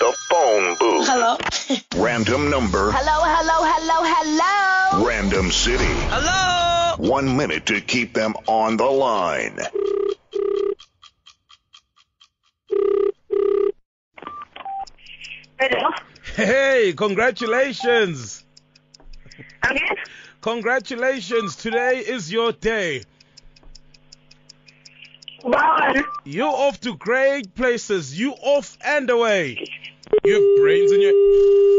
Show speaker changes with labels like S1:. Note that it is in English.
S1: phone booth.
S2: Hello.
S1: Random number.
S2: Hello, hello, hello, hello.
S1: Random city.
S3: Hello.
S1: One minute to keep them on the line.
S4: Hello.
S3: Hey, congratulations.
S4: Again?
S3: Congratulations. Today is your day.
S4: Wow.
S3: You're off to great places. You off and away. You have brains in your.